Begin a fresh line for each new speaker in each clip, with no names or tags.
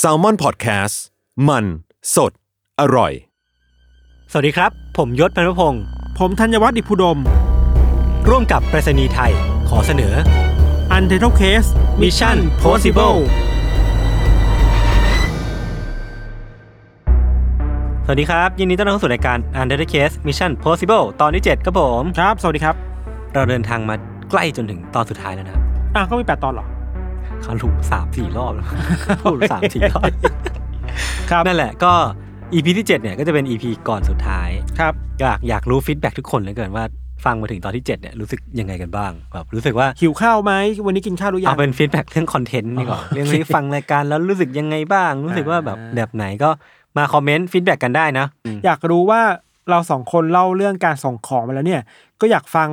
s a l ม o n PODCAST มันสดอร่อย
สวัสดีครับ ผมยศพันวพงศ์
ผมธัญวัฒน์อิพุดม
ร่วมกับไปรษณีย์ไทย ขอเสนอ
u n t i t l e Case
Mission Possible สวัสดีครับ ยินดีต้อนรับเข้าสู่รายการ Under the Case Mission Possible ตอนที่ 7 ครับผม
ครับ สวัสดีครับ
เราเดินทางมาใกล้จนถึงตอนสุดท้ายแล้วนะครับ
อ่ะก็มีแปดตอนเหรอ
เขาถูกสามสี่รอบแล้ว ถูกสามสี่รอบ
ครับ
นั่นแหละก็ EP ที่ 7 เนี่ยก็จะเป็น EP ก่อนสุดท้าย
ครับ
อยากอยากรู้ฟีดแบ็ทุกคนเหลือเกินว่าฟังมาถึงตอนที่ 7 เนี่ยรู้สึกยังไงกันบ้างแบบรู้สึกว่า
หิวข้าวไหม วันนี้กินข้าวหรือยั
เอา
ง
เป็นฟีดแบ็กเรื่องคอนเทนต์ดีกว่า
อ๋อ
เรื่องที่ฟังรายการแล้วรู้สึกยังไงบ้าง รู้สึกว่าแบบ
อ่า
แบบไหนก็มาคอมเมนต์ฟีดแบ็กกันได้นะอืม
อยากรู้ว่าเราสองคนเล่าเรื่องการส่งของมาแล้วเนี่ย ก็อยากฟัง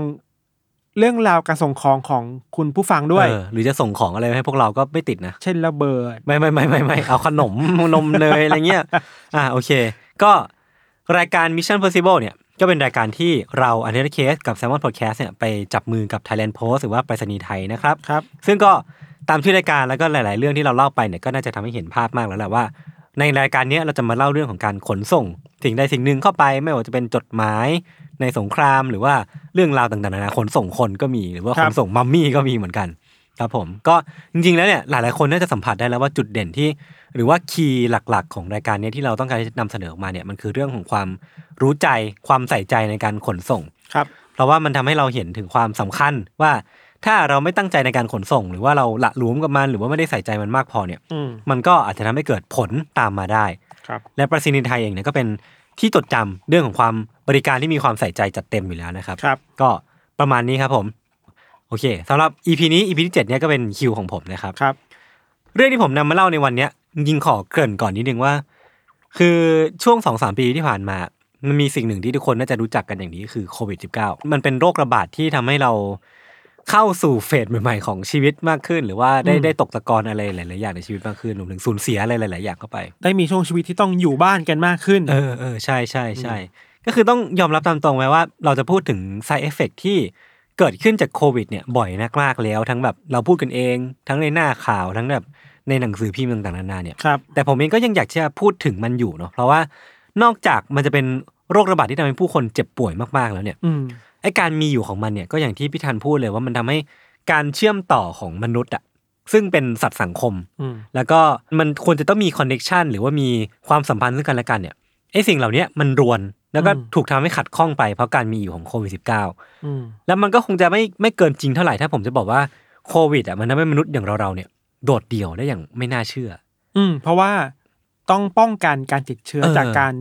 เรื่องราวการส่งของของคุณผู้ฟังด้วย
เออหรือจะส่งของอะไรมาให้พวกเราก็ไม่ติดนะ
เช่นระเบิด
ไม่ไม่ไม่ไม่ไม่ เอาขนม นมเนยอะไรเงี้ยอ่าโอเค ก็รายการ Mission Possible เนี่ย ก็เป็นรายการที่เราอันเดอร์เคสกับ s ซ l m o n Podcast เนี่ยไปจับมือกับ Thailand Post หรือว่าไปรษณีย์ไทยนะครับ
ครับ
ซึ่งก็ตามชื่อรายการแล้วก็หลาย ๆ เรื่องที่เราเล่าไปเนี่ยก็น่าจะทำให้เห็นภาพมากแล้วแหละว่า ในรายการเนี้ยเราจะมาเล่าเรื่องของการขนส่งสิ่งใดสิ่งหนึ่งเข้าไป ไม่ว่าจะเป็นจดหมายในสงคราม หรือว่าเรื่องราวต่างๆนานาขนส่งคนก็มีหรือว่า
ครั
ข
บ
นส่งมัมมี่ก็มีเหมือนกันครับผมก็จริง ๆ แล้วเนี่ยหลาย ๆ คนน่าจะสัมผัสได้แล้วว่าจุดเด่นที่ หรือว่าคีย์หลัก ๆ ของรายการเนี้ยที่เราต้องการจะนำเสนอออกมาเนี่ยมันคือเรื่องของความรู้ใจความใส่ใจในการขนส่ง
ครับ
เพราะว่ามันทำให้เราเห็นถึงความสำคัญว่าถ้าเราไม่ตั้งใจในการขนส่ง หรือว่าเราละหลวมกับมันหรือว่าไม่ได้ใส่ใจมันมากพอเนี่ย
อืม
มันก็อาจจะทำให้เกิดผลตามมาได้
ครับ
และประสิทธิไทยเองเนี่ยก็เป็นที่จดจำเรื่องของความบริการที่มีความใส่ใจจัดเต็มอยู่แล้วนะครับ
ครับ
ก็ประมาณนี้ครับผม โอเคสำหรับ EP นี้ EP ที่7เนี่ยก็เป็นคิวของผมนะครับ
ครับ
เรื่องที่ผมนำมาเล่าในวันเนี้ยยิงๆขอเกริ่นก่อนนิดนึงว่า คือช่วงสองสามปีที่ผ่านมา มันมีสิ่งหนึ่งที่ทุกคนน่าจะรู้จักกันอย่างนี้คือโควิด -19 มันเป็นโรคระบาดที่ทำให้เราเข้าสู่เฟสใหม่ๆ ของชีวิตมากขึ้น หรือว่าได้
อืม
ได้ตกตะกอนอะไรหลายๆอย่างในชีวิตมากขึ้นรวมถึงสูญเสียอะไรหลายๆอย่างเข้าไป
ได้มีช่วงชีวิตที่ต้องอยู่บ้านกันมากขึ้น
เออเออใช่ใช่ใช่ก็คือต้องยอมรับตามตรงไว้ว่า เราจะพูดถึง side effect ที่เกิดขึ้นจากโควิดเนี่ยบ่อยมากๆแล้ว ทั้งแบบเราพูดกันเอง ทั้งในหน้าข่าวทั้งแบบในหนังสือพิมพ์ต่างๆนานาเนี่ย
ครับ
แต่ผมเองก็ยังอยากจะพูดถึงมันอยู่เนาะเพราะว่านอกจากมันจะเป็นโรคระบาดที่ทำให้ผู้คนเจ็บป่วยมากๆแล้วเนี่ย
อืม
ไอการมีอยู่ของมันเนี่ยก็อย่างที่พี่ธันพูดเลยว่ามันทำให้การเชื่อมต่อของมนุษย์อะซึ่งเป็นสัตว์สังคม
อืม
แล้วก็มันควรจะต้องมีคอนเน็ชันหรือว่ามีความสัมพันธ์ซึ่งกันและกันเนี่ยไอสิ่งเหล่าเนี้ยมันรวนแล้วก็
อืม
ถูกทำให้ขัดข้องไปเพราะการมีอยู่ของโควิด -19
อืม
แล้วมันก็คงจะไม่ไม่เกินจริงเท่าไหร่ถ้าผมจะบอกว่าโควิดอ่ะมันทำให้มนุษย์อย่างเราเราๆเนี่ยโดดเดี่ยวได้อย่างไม่น่าเชื่อ
อืม เพราะว่าต้องป้องกันการติดเชื้อ
เออ
จากการ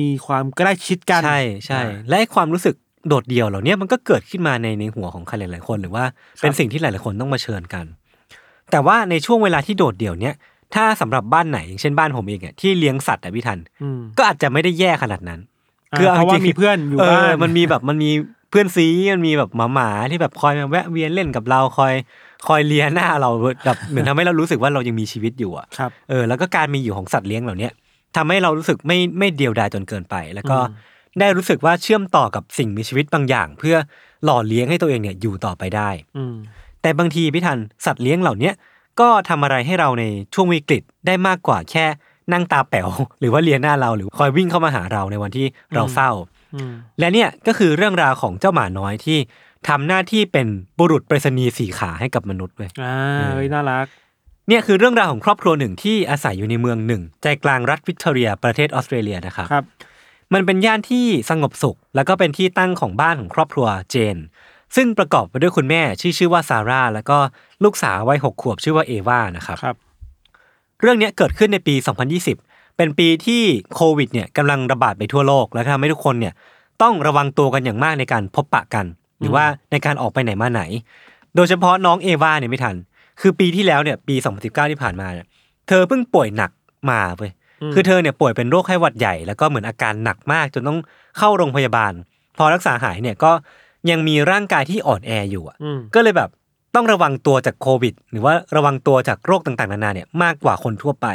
มีความใกล้ชิดกัน
ใช่ใช่
อ่า
และไอ้ความรู้สึกโดดเดี่ยวเหล่าเนี้ยมันก็เกิดขึ้นมาในในหัวของใครหลายๆคน หรือว่าเป็นสิ่งที่หลายๆคนต้องมาเผชิญกัน แต่ว่าในช่วงเวลาที่โดดเดี่ยวเนี้ยถ้าสำหรับบ้านไหนอย่างเช่นบ้านผมเองเนี่ยที่เลี้ยงสัตว์อะพี่ทัน
อืม
ก็อาจจะไม่ได้แย่ขนาดนั้น
อ่า
คือเอา
เพราะ
จริ
ว่าง มีเพื่อนอยู่
เอ
บ้า
อน มันมีแบบมันมีเพื่อนซีมันมีแบบหมาหมาๆที่แบบคอยมาแวะเวียนเล่นกับเราคอยคอยเลียหน้าเราแบบเหมือนทำให้เรารู้สึกว่าเรายังมีชีวิตอยู่อะ
ครับ
เออแล้วก็การมีอยู่ของสัตว์เลี้ยงเหล่าเนี้ยทำให้เรารู้สึกไม่ไม่เดียวดายจนเกินไป แล้วก็
อืม
ได้รู้สึกว่าเชื่อมต่อกับสิ่งมีชีวิตบางอย่าง เพื่อหล่อเลี้ยงให้ตัวเองเนี่ยอยู่ต่อไปได้
อืม
แต่บางทีพี่ทันสัตว์เลี้ยงเหล่าเนี้ยก็ทำอะไรให้เราในช่วงวิกฤตได้มากกว่าแค่นั่งตาแป๋ว หรือว่าเลียหน้าเราหรือคอยวิ่งเข้ามาหาเราในวันที่เราเศร้า
อืม
และเนี่ยก็คือเรื่องราวของเจ้าหมาน้อยที่ทำหน้าที่เป็นบุรุษไปรษณีย์สี่ขาให้กับมนุษย์เว้ย
อ่า
เออ
เฮ้ยน่ารัก
เนี่ยคือเรื่องราวของครอบครัวหนึ่งที่อาศัยอยู่ในเมืองหนึ่ง ใจกลางรัฐวิกตอเรียประเทศออสเตรเลียนะครับ
ครับ
มันเป็นย่านที่สงบสุข แล้วก็เป็นที่ตั้งของบ้านของครอบครัวเจน ซึ่งประกอบไปด้วยคุณแม่ชื่อชื่อว่าซาร่าแล้วก็ลูกสาววัยหกขวบชื่อว่าเอวานะครับ
ครับ
เรื่องเนี้ยเกิดขึ้นในปี 2020 เป็นปีที่โควิดเนี่ยกำลังระบาดไปทั่วโลก และทำให้ทุกคนเนี่ยต้องระวังตัวกันอย่างมากในการพบปะกัน หรือว่าในการออกไปไหนมาไหน โดยเฉพาะน้องเอวาเนี่ยไม่ทัน คือปีที่แล้วเนี่ยปี 2019 ที่ผ่านมาเนี่ยเธอเพิ่งป่วยหนักมาเว้ย
อืม
คือเธอเนี่ยป่วยเป็นโรคไข้หวัดใหญ่ แล้วก็เหมือนอาการหนักมากจนต้องเข้าโรงพยาบาล พอรักษาหายเนี่ยก็ยังมีร่างกายที่อ่อนแออยู่อะ
อืม
ก็เลยแบบต้องระวังตัวจากโควิด หรือว่าระวังตัวจากโรคต่างๆ นานาเนี่ยมากกว่าคนทั่วไป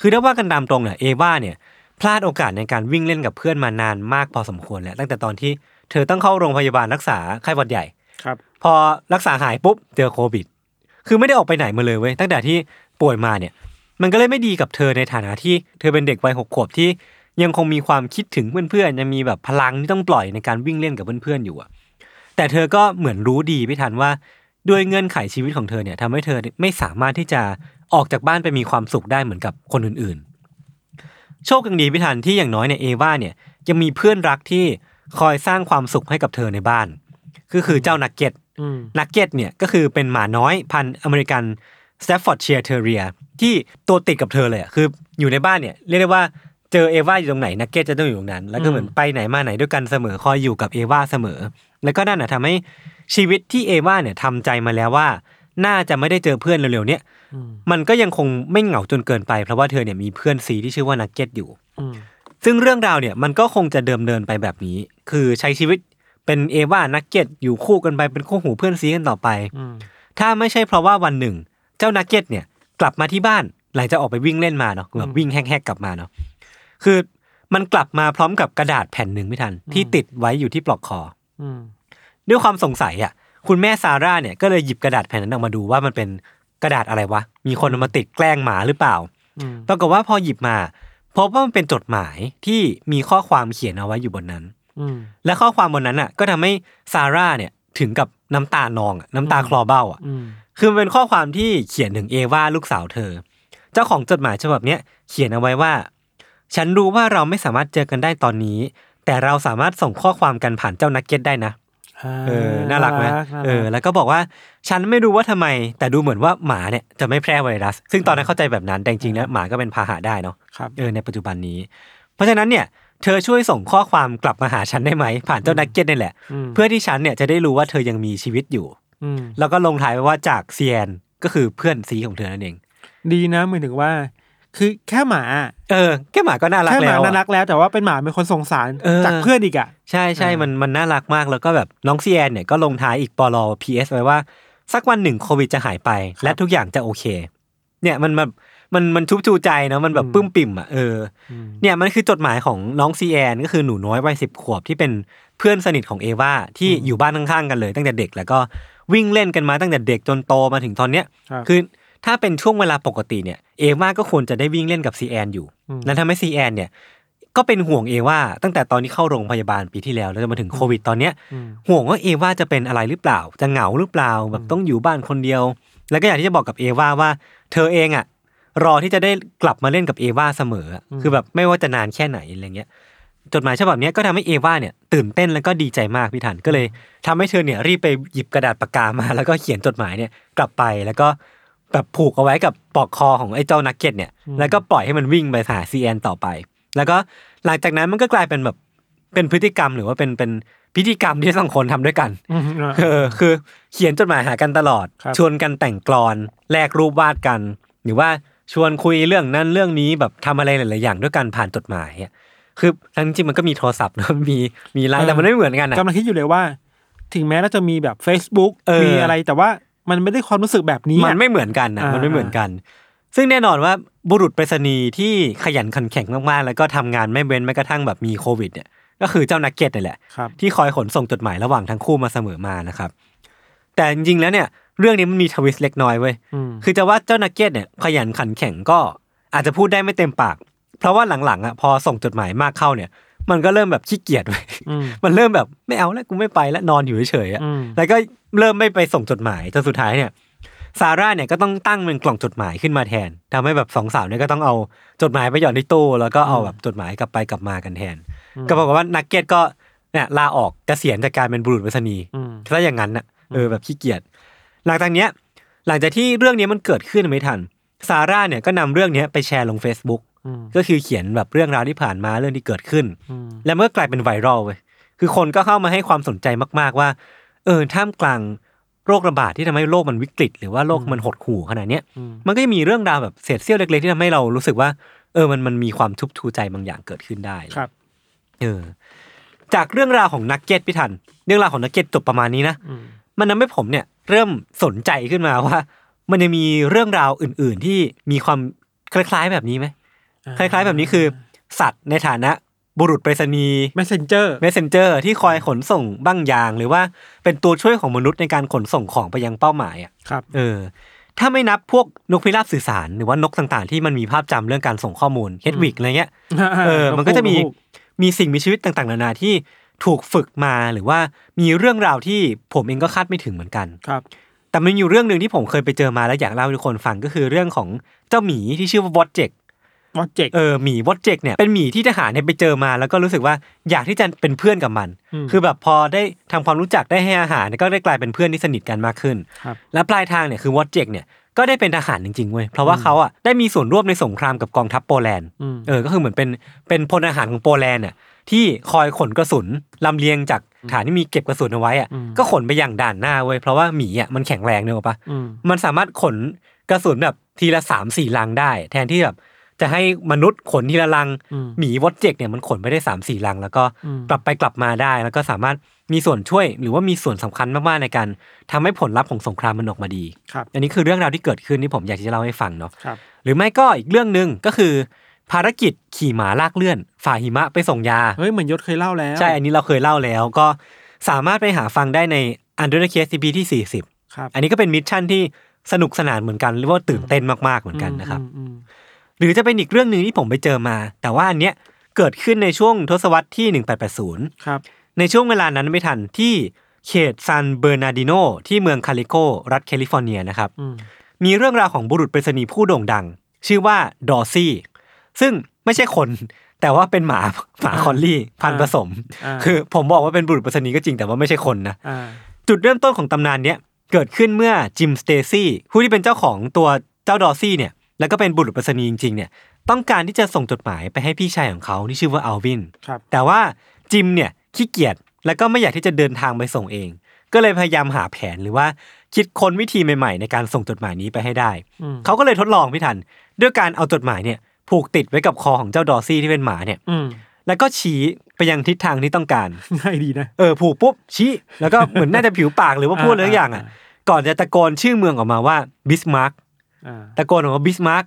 คือถ้าว่ากันตามตรงเนี่ยเอวาเนี่ยพลาดโอกาสในการวิ่งเล่นกับเพื่อนมานานมากพอสมควรแล้วตั้งแต่ตอนที่เธอต้องเข้าโรงพยาบาลรักษาไข้หวัดใหญ่
ครับ
พอรักษาหายปุ๊บเจอโควิด คือไม่ได้ออกไปไหนมาเลยเว้ยตั้งแต่ที่ ป่วยมาเนี่ย มันก็เลยไม่ดีกับเธอในฐานะที่เธอเป็นเด็กวัยหกขวบที่ยังคงมีความคิดถึงเพื่อนๆยังมีแบบพลังที่ต้องปล่อยในการวิ่งเล่นกับเพื่อนๆอยู่อะแต่เธอก็เหมือนรู้ดีไม่ทันว่า ด้วยเงื่อนไขชีวิตของเธอเนี่ยทำให้เธอไม่สามารถที่จะออกจากบ้านไปมีความสุขได้เหมือนกับคนอื่นๆ โชคยังดีพิทันที่อย่างน้อยเนี่ยเอวาเนี่ยยังมีเพื่อนรักที่คอยสร้างความสุขให้กับเธอในบ้าน ก็คือเจ้านักเก็ต
อืม
นักเก็ตเนี่ยก็คือเป็นหมาน้อยพันธุ์อเมริกันสแตฟฟอร์ดเชียร์เทเรียที่ตัวติดกับเธอเลยอะคืออยู่ในบ้านเนี่ยเรียกได้ว่าเจอเอวาอยู่ตรงไหนนักเก็ตจะต้องอยู่ตรงนั้น แล้วก็
อืม
เหมือนไปไหนมาไหนด้วยกันเสมอคอยอยู่กับเอวาเสมอ แล้วก็นั่นน่ะทำให้ชีวิตที่เอวาเนี่ยทำใจมาแล้วว่า น่าจะไม่ได้เจอเพื่อนเร็วๆเนี่ย
อืม
มันก็ยังคงไม่เหงาจนเกินไปเพราะว่าเธอเนี่ยมีเพื่อนซีที่ชื่อว่านักเก็ตอยู่
อืม
ซึ่งเรื่องราวเนี่ยมันก็คงจะเดิมเนินไปแบบนี้ คือใช้ชีวิตเป็นเอวานักเก็ตอยู่คู่กันไปเป็นคู่หูเพื่อนซีกันต่อไป
อืม
ถ้าไม่ใช่เพราะว่าวันหนึ่ง เจ้านักเก็ตเนี่ยกลับมาที่บ้านหลังจากออกไปวิ่งเล่นมาเนาะแบบวิ่งแฮกๆกลับมาเนาะคือมันกลับมาพร้อมกับกระดาษแผ่นหนึ่งไม่ทัน ที่ติดไว้อยู่ที่ปลอกคอ
อืม
ด้วยความสงสัยอ่ะคุณแม่ซาร่าเนี่ยก็เลยหยิบกระดาษแผ่นนั้นออกมาดูว่ามันเป็นกระดาษอะไรวะ มีคนเอามาติดแกล้งหมาหรือเปล่า
อืม
ปรากฏว่าพอหยิบมาพบว่ามันเป็นจดหมายที่มีข้อความเขียนเอาไว้อยู่บนนั้น
อืม
และข้อความบนนั้นอ่ะก็ทำให้ซาร่าเนี่ยถึงกับน้ำตานองอะน้ำตา
อืม
คลอเบ้าอ่ะ
อืม
คือมันเป็นข้อความที่เขียนถึงเอวาลูกสาวเธอ เจ้าของจดหมายฉบับเนี้ยเขียนเอาไว้ว่า ฉันรู้ว่าเราไม่สามารถเจอกันได้ตอนนี้ แต่เราสามารถส่งข้อความกันผ่านเจ้านักเก็ตได้นะ เออ น่ารักไหม
น่า
เออ
รัก
แล้วก็บอกว่า ฉันไม่รู้ว่าทำไม แต่ดูเหมือนว่าหมาเนี่ยจะไม่แพร่ไวรัส ซึ่งตอนนั้นเข้าใจแบบนั้น แต่จริงๆแล้วหมาก็เป็นพาหะได้เนาะ
ครับ
เออในปัจจุบันนี้ เพราะฉะนั้นเนี่ย เธอช่วยส่งข้อความกลับมาหาฉันได้ไหม ผ่านเจ้านักเก็ตนี่แหละ
อืม
เพื่อที่ฉันเนี่ยจะได้รู้ว่าเธอยังมีชีวิตอยู่
อืม
แล้วก็ลงท้ายไว้ว่าจากเซียนก็คือเพื่อนซีของเธอนั่นเอง
ดีนะหมายถึงว่า คือแค่หมาอะ
เออ แค่หมาก็น่ารัก
แค่ห
แล้
มาว น่ารั
อะ
กแล้วแต่ว่าเป็นหมาเป็นคนสงสาร
เออ
จากเพื่อนอีกอ่ะ
ใช่ใช่
เออ
มันมันน่ารักมากแล้วก็แบบน้องเซียนเนี่ยก็ลงท้ายอีกปลอ PS ไว้ว่า สักวันหนึ่งโควิดจะหายไป และทุกอย่างจะโอเค เนี่ยมันแบบมันมันชุบชูใจเนาะมันแบบปลื้มปิ่มอ่ะเอออเนี่ยมันคือจดหมายของน้องซีแอนก็คือหนูน้อยวัยสิบขวบที่เป็นเพื่อนสนิทของเอวาที่อยู่บ้านข้างๆกันเลย ตั้งแต่เด็กแล้วก็วิ่งเล่นกันมาตั้งแต่เด็กจนโตมาถึงตอนเนี้ย
ครับ
คือถ้าเป็นช่วงเวลาปกติเนี่ยเอว่าก็ควรจะได้วิ่งเล่นกับซีแอนอยู่
อืม
และทำให้ซีแอนเนี่ยก็เป็นห่วงเอว่าตั้งแต่ตอนที่เข้าโรงพยาบาลปีที่แล้วแล้วจนมาถึงโควิดตอนเนี้ย
อืม
ห่วงว่าเอว่าจะเป็นอะไรหรือเปล่า จะเหงาหรือเปล่าแบบต้องอยู่บ้านคนเดียว แล้วก็อยากที่จะบอกกับเอว่าว่า เธอเองอ่ะรอที่จะได้กลับมาเล่นกับเอว่าเสมออะคือแบบไม่ว่าจะนานแค่ไหนอะไรเงี้ยจดหมายฉบับเนี้ยก็ทำให้เอว่าเนี่ยตื่นเต้นแล้วก็ดีใจมากพี่ทันก็เลยทำให้เธอเนี่ยรีบไปหยิบกระดาษปากกามา แล้วก็เขียนจดหมายเนี่ยกลับไปแล้วก็แบบผูกเอาไว้กับปลอกคอของไอ้เจ้านักเก็ตเนี่ยแล้วก็ปล่อยให้มันวิ่งไปหาซีแอนต่อไป แล้วก็หลังจากนั้นมันก็กลายเป็นแบบเป็นพฤติกรรมหรือว่าเป็นเป็นพิธีกรรมที่ทั้งคนทำด้วยกัน
อืมอ่ะ
เออคือเขียนจดหมายหากันตลอด
ครับ
ชวนกันแต่งกลอนแลกรูปวาดกัน หรือว่าชวนคุยเรื่องนั้นเรื่องนี้แบบทำอะไรหลายๆอย่างด้วยกันผ่านจดหมายอะคือทั้งจริงมันก็มีโทรศัพท์นะ มีมีไลน์แต่มันไม่เหมือนกันอะ
กำลังคิดอยู่เลยว่า ถึงแม้เราจะมีแบบ Facebook
เออ
มีอะไรแต่ว่ามันไม่ได้ความรู้สึกแบบนี้อะ
มันไม่เหมือนกันนะ
อ่ามั
มันไม่เหมือนกัน ซึ่งแน่นอนว่าบุรุษไปรษณีย์ที่ขยันขันแข็งมากๆ แล้วก็ทำงานไม่เว้นแม้กระทั่งแบบมีโควิดเนี่ยก็คือเจ้านักเก็ตนี่แหละ
ครับ
ที่คอยขนส่งจดหมายระหว่างทั้งคู่มาเสมอมานะครับ แต่จริงๆแล้วเนี่ย เรื่องนี้มันมีทวิสต์เล็กน้อยเว้ย
อืม
คือจะว่าเจ้านักเก็ตเนี่ยขยันขันแข็งก็อาจจะพูดได้ไม่เต็มปาก เพราะว่าหลังๆอ่ะพอส่งจดหมายมากเข้าเนี่ย มันก็เริ่มแบบขี้เกียจเว้ ย
อืม
มันเริ่มแบบไม่เอาแล้วกูไม่ไปแล้วนอนอยู่เฉยๆอ่ะ
อืม
แล้วก็เริ่มไม่ไปส่งจดหมายจนสุดท้ายเนี่ยซาร่าเนี่ยก็ต้องตั้งเป็นกล่องจดหมายขึ้นมาแทนทำให้แบบสองสาวเนี่ยก็ต้องเอาจดหมายไปหย่อนในตู้แล้วก็เอาแบบจดหมายกลับไปกลับมากันแทน ก็ปรากฏว่านักเก็ตก็เนี่ยลาออกเกษียณจากการเป็นบุรุษไปรษณีย์
อืม
ถ้าอย่างนั้นน่ะเออแบบขี้เกียจหลังจากเนี้ยหลังจากที่เรื่องเนี้ยมันเกิดขึ้นไม่ทันซาร่าเนี่ยก็นำเรื่องเนี้ยไปแชร์ลง Facebook
อืม
ก็คือเขียนแบบเรื่องราวที่ผ่านมาเรื่องที่เกิดขึ้น
อืม
แล้วมันก็กลายเป็นไวรัลเว้ย คือคนก็เข้ามาให้ความสนใจมากๆว่า เออ ท่ามกลางโรคระบาดที่ทำให้โลกมันวิกฤต หรือว่าโลกมันหดหู่ขนาดเนี้ย
อืม
มันก็ยังมีเรื่องราวแบบเศษเสี้ยวเล็กๆที่ทำให้เรารู้สึกว่า เออ มันมันมีความทุบทูใจบางอย่างเกิดขึ้นได้
ครับ
เออ จากเรื่องราวของนักเก็ตพี่ทัน เรื่องราวของนักเก็ตจบประมาณนี้นะ
อืม
มันทำให้ผมเนี่ยเริ่มสนใจขึ้นมาว่า มันยังมีเรื่องราวอื่น ๆ ที่มีความคล้าย ๆ แบบนี้ไหม คล้ายๆ แบบนี้คือ สัตว์ในฐานะบุรุษไปรษณีย์
Messenger
Messenger ที่คอยขนส่งบ้างอย่าง หรือว่าเป็นตัวช่วยของมนุษย์ในการขนส่งของไปยังเป้าหมายอ่ะ
ครับ
เออ ถ้าไม่นับพวกนกพิราบสื่อสารหรือว่านกต่างๆ ที่มันมีภาพจำเรื่องการส่งข้อมูลเฮดวิกอะไรเงี้ย เออ มันก็จะมี มีสิ่งมีชีวิตต่างๆ นานาที่ถูกฝึกมาหรือว่ามีเรื่องราวที่ผมเองก็คาดไม่ถึงเหมือนกัน
ครับ
แต่มันมีอยู่เรื่องหนึ่งที่ผมเคยไปเจอมาแล้วอยากเล่าให้ทุกคนฟังก็คือเรื่องของเจ้าหมีที่ชื่อว่าวอตเจก
โปรเจกต์
เออหมีวอตเจกเนี่ยเป็นหมีที่ทหารเนี่ยไปเจอมา แล้วก็รู้สึกว่าอยากที่จะเป็นเพื่อนกับมัน
อืม
คือแบบพอได้ทำความรู้จักได้ให้อาหารเนี่ยก็ได้กลายเป็นเพื่อนที่สนิทกันมากขึ้น
ครับ
และปลายทางเนี่ยคือวอตเจกเนี่ยก็ได้เป็นทหารจริงๆเว้ยเพราะว่าเขาอ่ะได้มีส่วนร่วมในสงครามกับกองทัพโปแลนด์
อืม
เออก็คือเหมือนเป็นเป็นพลอาหารของโปแลนด์อ่ะที่คอยขนกระสุนลำเลียงจากฐานที่มีเก็บกระสุนเอาไว้อ่ะ
อืม
ก็ขนไปอย่างด่านหน้าเว้ยเพราะว่าหมีอ่ะมันแข็งแรงเนกอะปะ
อืม
มันสามารถขนกระสุนแบบทีละสามสี่ลังได้ แทนที่แบบจะให้มนุษย์ขนทีละลัง
อืม
หมีวอตเจกเนี่ยมันขนไปได้สามสี่ลัง แล้วก็
อืม
กลับไปกลับมาได้ แล้วก็สามารถมีส่วนช่วยหรือว่ามีส่วนสำคัญมากๆในการทำให้ผลลัพธ์ของสงครามมันออกมาดี
ครับ
อันนี้คือเรื่องราวที่เกิดขึ้นที่ผมอยากจะเล่าให้ฟังเนาะ
ครับ
หรือไม่ก็อีกเรื่องหนึ่งก็คือ ภารกิจขี่หมาลากเลื่อน ฝ่าหิมะไปส่งยา
เฮ้ยเหมือนยศเคยเล่าแล้ว
ใช่ อันนี้เราเคยเล่าแล้วก็สามารถไปหาฟังได้ใน Under the Case EP ที่ 40
ครับ
อันนี้ก็เป็นมิชชั่นที่สนุกสนานเหมือนกันหรือว่าตื่นเต้นมากๆเหมือนกันนะครับ
อืมอืม
หรือจะเป็นอีกเรื่องหนึ่งที่ผมไปเจอมา แต่ว่าอันเนี้ยเกิดขึ้นในช่วงทศวรรษที่ 1880
ครับ
ในช่วงเวลานั้นไม่ทันที่เขตซานเบอร์นาร์ดิโนที่เมืองคาลิโกรัฐแคลิฟอร์เนียนะครับ
อืม
มีเรื่องราวของบุรุษไปรษณีย์ผู้โด่งดัง ชื่อว่าดอร์ซี่ ซึ่งไม่ใช่คน แต่ว่าเป็นหมา หมาคอลลี่ พันธุ์ผสม
อ่า
คือผมบอกว่าเป็นบุรุษไปรษณีย์ก็จริงแต่ว่าไม่ใช่คนนะ
อ่า
จุดเริ่มต้นของตำนานเนี้ยเกิดขึ้นเมื่อจิมสเตซี่ผู้ที่เป็นเจ้าของตัวเจ้าดอร์ซี่เนี่ยแล้วก็เป็นบุรุษไปรษณีย์จริงๆเนี่ยต้องการที่จะส่งจดหมายไปให้พี่ชายของเขาที่ชื่อว่าอัลวิน
ครับ
แต่ว่าจิมเนี่ยขี้เกียจแล้วก็ไม่อยากที่จะเดินทางไปส่งเอง ก็เลยพยายามหาแผนหรือว่าคิดค้นวิธีใหม่ๆ ในการส่งจดหมายนี้ไปให้ได้
อืม
เขาก็เลยทดลองพี่ทัน ด้วยการเอาจดหมายเนี่ยผูกติดไว้กับคอของเจ้าดอร์ซี่ที่เป็นหมาเนี่ย
อืม
แล้วก็ชี้ไปยังทิศทางที่ต้องการ
ง่ายดีนะ
เออผูกปุ๊บชี้แล้วก็เหมือน น่าจะผิวปากหรือว่าพูดอะไรสักอย่างอ่ะ
อ่า
ก่อนจะตะโกนชื่อเมืองออกมาว่าบิสมาร์ก
อ่า
ตะโกนออกมาบิสมาร์ก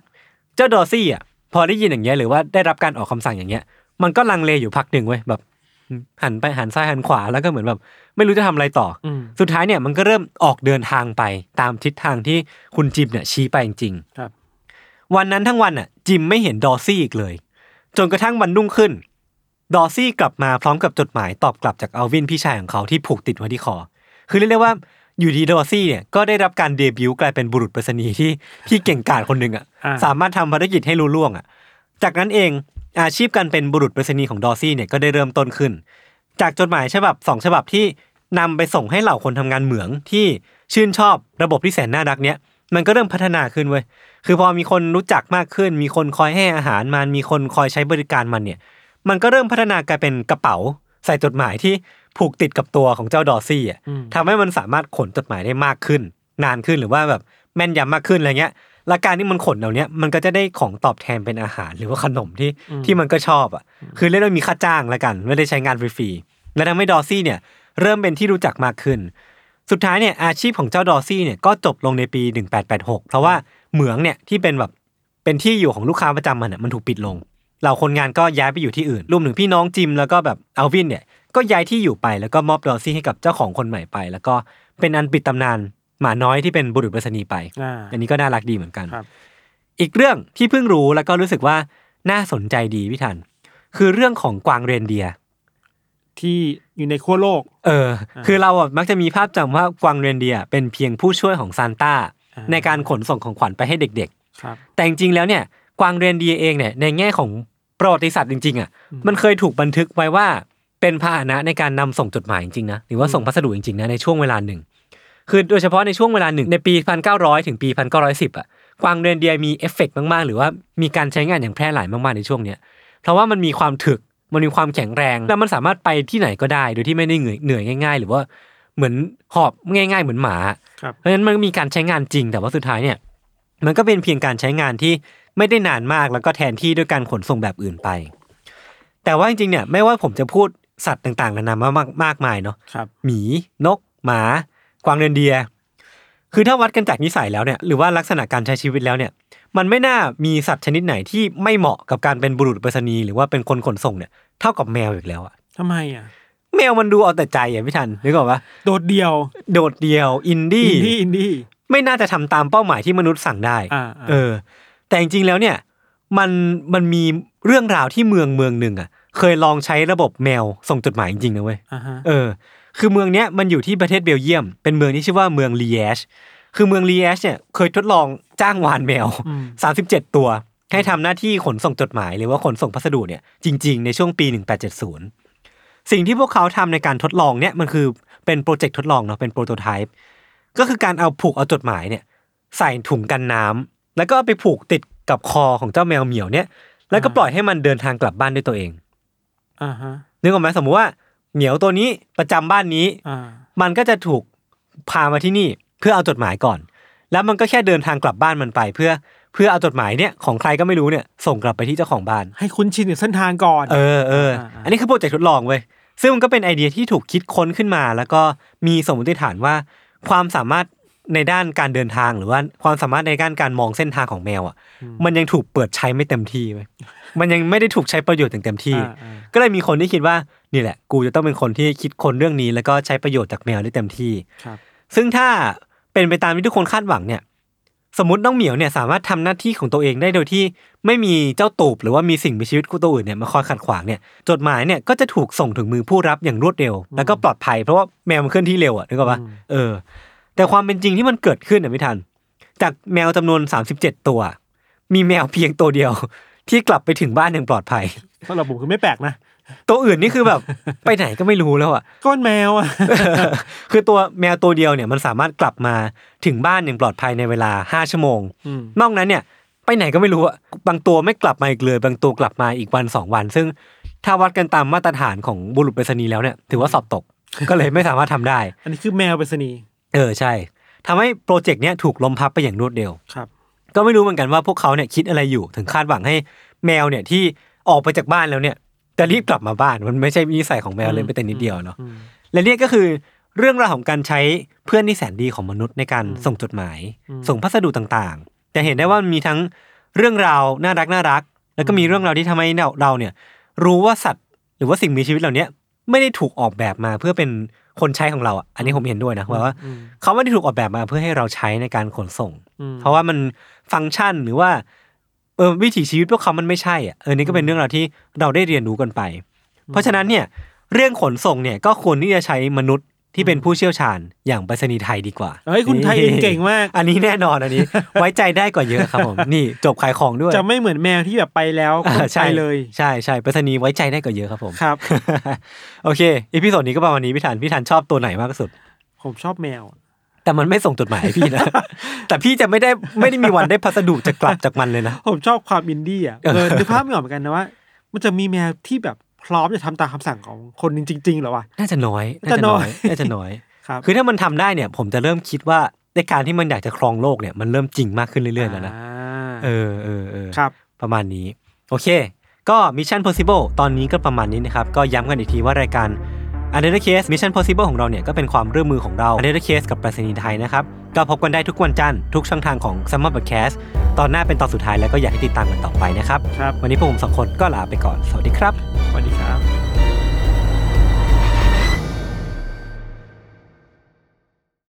เจ้าดอร์ซี่อ่ะพอได้ยินอย่างเงี้ยหรือว่าได้รับการออกคำสั่งอย่างเงี้ย มันก็ลังเลอยู่พักหนึ่งเว้ยแบบหันไปหันซ้ายหันขวาแล้วก็เหมือนแบบ ไม่รู้จะทำอะไรต่ออ
อืม
สุดท้ายเนี่ยมันก็เริ่มออกเดินทางไปตามทิศทางที่คุณจิมเนี่ยชี้ไปจริงๆ
ครับ
วันนั้นทั้งวันอ่ะ จิมไม่เห็นดอร์ซี่อีกเลย จนกระทั่งวันรุ่งขึ้น ดอร์ซี่กลับมาพร้อมกับจดหมายตอบกลับจากอัลวินพี่ชายของเขาที่ผูกติดไว้ที่คอ คือเรียกได้ว่าอยู่ดีดอร์ซี่เนี่ยก็ได้รับการเดบิวต์กลายเป็นบุรุษไปรษณีย์ที่ที่เก่งกาจคนหนึ่งอ่ะ
อ่า
สามารถทำภารกิจให้ลุล่วงอ่ะ จากนั้นเองอาชีพการเป็นบุรุษไปรษณีย์ของดอร์ซี่เนี่ยก็ได้เริ่มต้นขึ้น จากจดหมายฉบับสองฉบับที่นำไปส่งให้เหล่าคนทำงานเหมืองที่ชื่นชอบระบบที่แสนน่ารักเนี้ยมันก็เริ่มพัฒนาขึ้นเว้ย คือพอมีคนรู้จักมากขึ้น มีคนคอยให้อาหารมัน มีคนคอยใช้บริการมันเนี่ย มันก็เริ่มพัฒนากลายเป็นกระเป๋า ใส่จดหมายที่ผูกติดกับตัวของเจ้าดอร์ซี่อ่ะ
อืม
ทำให้มันสามารถขนจดหมายได้มากขึ้น นานขึ้นหรือว่าแบบแม่นยำมากขึ้นอะไรเงี้ยและการที่มันขนเหล่าเนี้ยมันก็จะได้ของตอบแทนเป็นอาหาร หรือว่าขนมที่ที่มันก็ชอบอ่ะคือเรียกได้ว่ามีค่าจ้างละกันไม่ได้ใช้งานฟรีๆและทำให้ดอร์ซี่เนี่ยเริ่มเป็นที่รู้จักมากขึ้น สุดท้ายเนี่ยอาชีพของเจ้าดอร์ซี่เนี่ยก็จบลงในปี 1886 เพราะว่าเหมืองเนี่ยที่เป็นแบบเป็นที่อยู่ของลูกค้าประจำมันน่ะมันถูกปิดลง เราคนงานก็ย้ายไปอยู่ที่อื่น รวมถึงพี่น้องจิมแล้วก็แบบอัลวินเนี่ยก็ย้ายที่อยู่ไปแล้วก็มอบดอร์ซี่ให้กับเจ้าของคนใหม่ไป แล้วก็เป็นอันปิดตำนานหมาน้อยที่เป็นบุรุษไปรษณีย์ไป
อ่า
อันนี้ก็น่ารักดีเหมือนกัน
ครับ
อีกเรื่องที่เพิ่งรู้แล้วก็รู้สึกว่าน่าสนใจดีพี่ทัน คือเรื่องของกวางเรนเดียร์
ที่อยู่ในขั้วโลก
เออ คือเราอ่ะมักจะมีภาพจำว่ากวางเรนเดียร์เป็นเพียงผู้ช่วยของซานต้า
อ่า
ในการขนส่งของขวัญไปให้เด็ก
ครับ
ๆ แต่จริงๆแล้วเนี่ยกวางเรนเดียร์เองเนี่ยในแง่ของประวัติศาสตร์จริงๆอ่ะมันเคยถูกบันทึกไว้ว่าเป็นพาหนะในการนำส่งจดหมายจริงๆนะหรือว่าส่งพัสดุจริงๆนะในช่วงเวลาหนึ่ง คือโดยเฉพาะในช่วงเวลาหนึ่งในปี 1900 ถึงปี 1910 อ่ะกวางเรนเดียร์มีเอฟเฟกต์มากๆ หรือว่ามีการใช้งานอย่างแพร่หลายมากๆในช่วงเนี้ย เพราะว่ามันมีความถึก มันมีความแข็งแรง แล้วมันสามารถไปที่ไหนก็ได้ โดยที่ไม่ได้เหนื่อยเหนื่อยง่าย ๆ หรือว่าเหมือนหอบง่าย ๆ เหมือนหมา
ครับ
เพราะฉะนั้นมันมีการใช้งานจริง แต่ว่าสุดท้ายเนี่ยมันก็เป็นเพียงการใช้งานที่ไม่ได้นานมากแล้วก็แทนที่ด้วยการขนส่งแบบอื่นไป แต่ว่าจริงๆเนี่ยไม่ว่าผมจะพูดสัตว์ต่างๆนานามามากมากมายเนาะ
ครับ
หมี นก หมา กวางเรนเดียร์คือถ้าวัดกันจากนิสัยแล้วเนี่ยหรือว่าลักษณะการใช้ชีวิตแล้วเนี่ย มันไม่น่ามีสัตว์ชนิดไหนที่ไม่เหมาะกับการเป็นบุรุษไปรษณีย์หรือว่าเป็นคนขนส่งเนี่ยเท่ากับแมวอีกแล้วอะ
ทำไมอ่ะ
แมวมันดูเอาแต่ใจอ่ะพี่ทันนึกออกปะ
โดดเดี่ยว
โดดเดียวอินดี้
อินดี้อินดี้
ไม่น่าจะทำตามเป้าหมายที่มนุษย์สั่งได้
อ่า
เออ แต่จริงๆแล้วเนี่ย มันมันมีเรื่องราวที่เมืองเมืองหนึ่งอ่ะ เคยลองใช้ระบบแมวส่งจดหมายจริงๆนะเว้ย
อ่าฮะ
เออ คือเมืองเนี้ยมันอยู่ที่ประเทศเบลเยียม เป็นเมืองที่ชื่อว่าเมืองลีแอช คือเมืองลีแอชเนี่ยเคยทดลองจ้างวานแมว
อืม
37 ตัว ให้ทำหน้าที่ขนส่งจดหมายหรือว่าขนส่งพัสดุเนี่ยจริง ๆ ในช่วงปี 1870 สิ่งที่พวกเขาทำในการทดลองเนี่ยมันคือเป็นโปรเจกต์ทดลองเนาะเป็นโปรโตไทป์ก็คือการเอาผูกเอาจดหมายเนี่ยใส่ถุงกันน้ำแล้วก็เอาไปผูกติดกับคอของเจ้าแมวเหมียวเนี่ยแล้วก็ปล่อยให้มันเดินทางกลับบ้านด้วยตัวเอง
อ่าฮะ
นึกออกไหมสมมติว่าเหมียวตัวนี้ประจำบ้านนี้
อ่า
มันก็จะถูกพามาที่นี่เพื่อเอาจดหมายก่อน แล้วมันก็แค่เดินทางกลับบ้านมันไป เพื่อเพื่อเอาจดหมายเนี่ยของใครก็ไม่รู้เนี่ยส่งกลับไปที่เจ้าของบ้าน
ให้คุ้นชินกับเส้นทางก่อน
เออเออ
อ่าอ่า
อันนี้คือโปรเจกต์ทดลองเว้ย ซึ่งมันก็เป็นไอเดียที่ถูกคิดค้นขึ้นมา แล้วก็มีสมมติฐานว่า ความสามารถในด้านการเดินทางหรือว่าความสามารถในด้านการมองเส้นทางของแมวอ่ะ มันยังถูกเปิดใช้ไม่เต็มที่ เว้ย มันยังไม่ได้ถูกใช้ประโยชน์อย่างเต็มที่
อ่าอ่า
ก็เลยมีคนที่คิดว่านี่แหละ กูจะต้องเป็นคนที่คิดคนเรื่องนี้ แล้วก็ใช้ประโยชน์จากแมวได้เต็มที่
ครับ
ซึ่งถ้าเป็นไปตามที่ทุกคนคาดหวังเนี่ย สมมติน้องเหมียวเนี่ยสามารถทำหน้าที่ของตัวเองได้โดยที่ไม่มีเจ้าตูบหรือว่ามีสิ่งมีชีวิตตัวอื่นเนี่ยมาคอยขัดขวางเนี่ยจดหมายเนี่ยก็จะถูกส่งถึงมือผู้รับอย่างรวดเร็ว แล้วก็ปลอดภัยเพราะว่าแมวมันเคลื่อนที่เร็วอะนึกออกปะเออ แต่ความเป็นจริงที่มันเกิดขึ้นเนี่ยไม่ทัน จากแมวจำนวน 37 ตัว มีแมวเพียงตัวเดียว ที่กลับไปถึงบ้านอย่างปลอดภัย
สำหรับผมคือไม่แปลกนะ
ตัวอื่นนี่คือแบบ ไปไหนก็ไม่รู้แล้วอะ
ก้อนแมวอ่ะ
คือตัวแมวตัวเดียวเนี่ยมันสามารถกลับมาถึงบ้านอย่างปลอดภัยในเวลา 5 ชั่วโมง
อืม
นอกนั้นเนี่ยไปไหนก็ไม่รู้อะบางตัวไม่กลับมาอีกเลย บางตัวกลับมาอีกวัน 2 วัน ซึ่งถ้าวัดกันตามมาตรฐานของบุรุษไปรษณีย์แล้วเนี่ยถือว่าสอบตก ก็เลยไม่สามารถทำได้
อันนี้คือแมวไปรษณีย์
เออใช่ทำให้โปรเจกต์เนี้ยถูกล้มพับไปอย่างรวดเร็ว
ครับ
ก็ไม่รู้เหมือนกันว่าพวกเขาเนี่ยคิดอะไรอยู่ถึงคาดหวังให้แมวเนี่ยที่ออกไปจากบ้านแล้วเนี่ยจะรีบกลับมาบ้านมันไม่ใช่นิสัยของแมวเลยไปแต่นิดเดียวเนาะ
อืม
และเนี่ยก็คือเรื่องราวของการใช้เพื่อนที่แสนดีของมนุษย์ในการส่งจดหมาย
อืม
ส่งพัสดุต่างๆ แต่เห็นได้ว่ามันมีทั้งเรื่องราวน่ารักน่ารัก แล้วก็มีเรื่องราวที่ทำให้เราเราเนี่ย รู้ว่าสัตว์หรือว่าสิ่งมีชีวิตเหล่าเนี้ยไม่ได้ถูกออกแบบมาเพื่อเป็นคนใช้ของเราอ่ะอันนี้ผมเห็นด้วยนะว่า
อืม
เขาไม่ได้ถูกออกแบบมาเพื่อให้เราใช้ในการขนส่ง
อืม
เพราะว่ามันฟังก์ชันหรือว่าเออวิถีชีวิตพวกเขามันไม่ใช่อ่ะเออนี่ก็เป็นเรื่องราวที่เราได้เรียนรู้กันไป เพราะฉะนั้นเนี่ยเรื่องขนส่งเนี่ยก็ควรที่จะใช้มนุษย์ที่เป็นผู้เชี่ยวชาญอย่างไปรษณีย์ไทยดีกว่า
เฮ้ยคุณไทยเองเก่งมาก
อันนี้แน่นอนอันนี้ ไว้ใจได้กว่าเยอะครับผม นี่จบขายของด้วย
จะไม่เหมือนแมวที่แบบไปแล้ว
อ่า
คน
ใช่
ไปเลย
ใช่ใช่ไปรษณีย์ไว้ใจได้กว่าเยอะครับผม
ครับ
โอเคอีพิโซดนี้ก็ประมาณนี้พี่ธันพี่ธันชอบตัวไหนมากที่สุด
ผมชอบแมว
แต่มันไม่ส่งจดหมายให้พี่นะ แต่พี่จะไม่ได้ไม่ได้มีวันได้พัสดุจะกลับจากมันเลยนะ
ผมชอบความอินดี้อ่ะเออดูภาพไม่ออกเหมือนกันนะว่า มันจะมีแมวที่แบบพร้อมจะทำตามคำสั่งของคนจริงๆเหรอวะ
น่าจะน้อย
จะน้อย
น่าจะน้อย
ครับ
คือถ้ามันทำได้เนี่ย ผมจะเริ่มคิดว่าในการที่มันอยากจะครองโลกเนี่ยมันเริ่มจริงมากขึ้นเรื่อยๆแล้วนะ
า
เออเออเออ
ครับ
ประมาณนี้ โอเค ก็ Mission Possible ตอนนี้ก็ประมาณนี้นะครับ ก็ย้ำกันอีกทีว่ารายการ u n d e r Case Mission Possible ของเราเนี่ย ก็เป็นความร่วมมือของเรา u n d e r Case กับไปรษณีย์ไทยนะครับ ก็พบกันได้ทุกวันจันทร์ทุกช่องทางของ Summer Podcast ตอนหน้าเป็นตอนสุดท้ายแล้วก็อยากให้ติดตามกันต่อไปนะครับ
ครับ
วันนี้พวกผมสองคนก็ลาไปก่อน สวัสดีครับ
สวัสดีครับ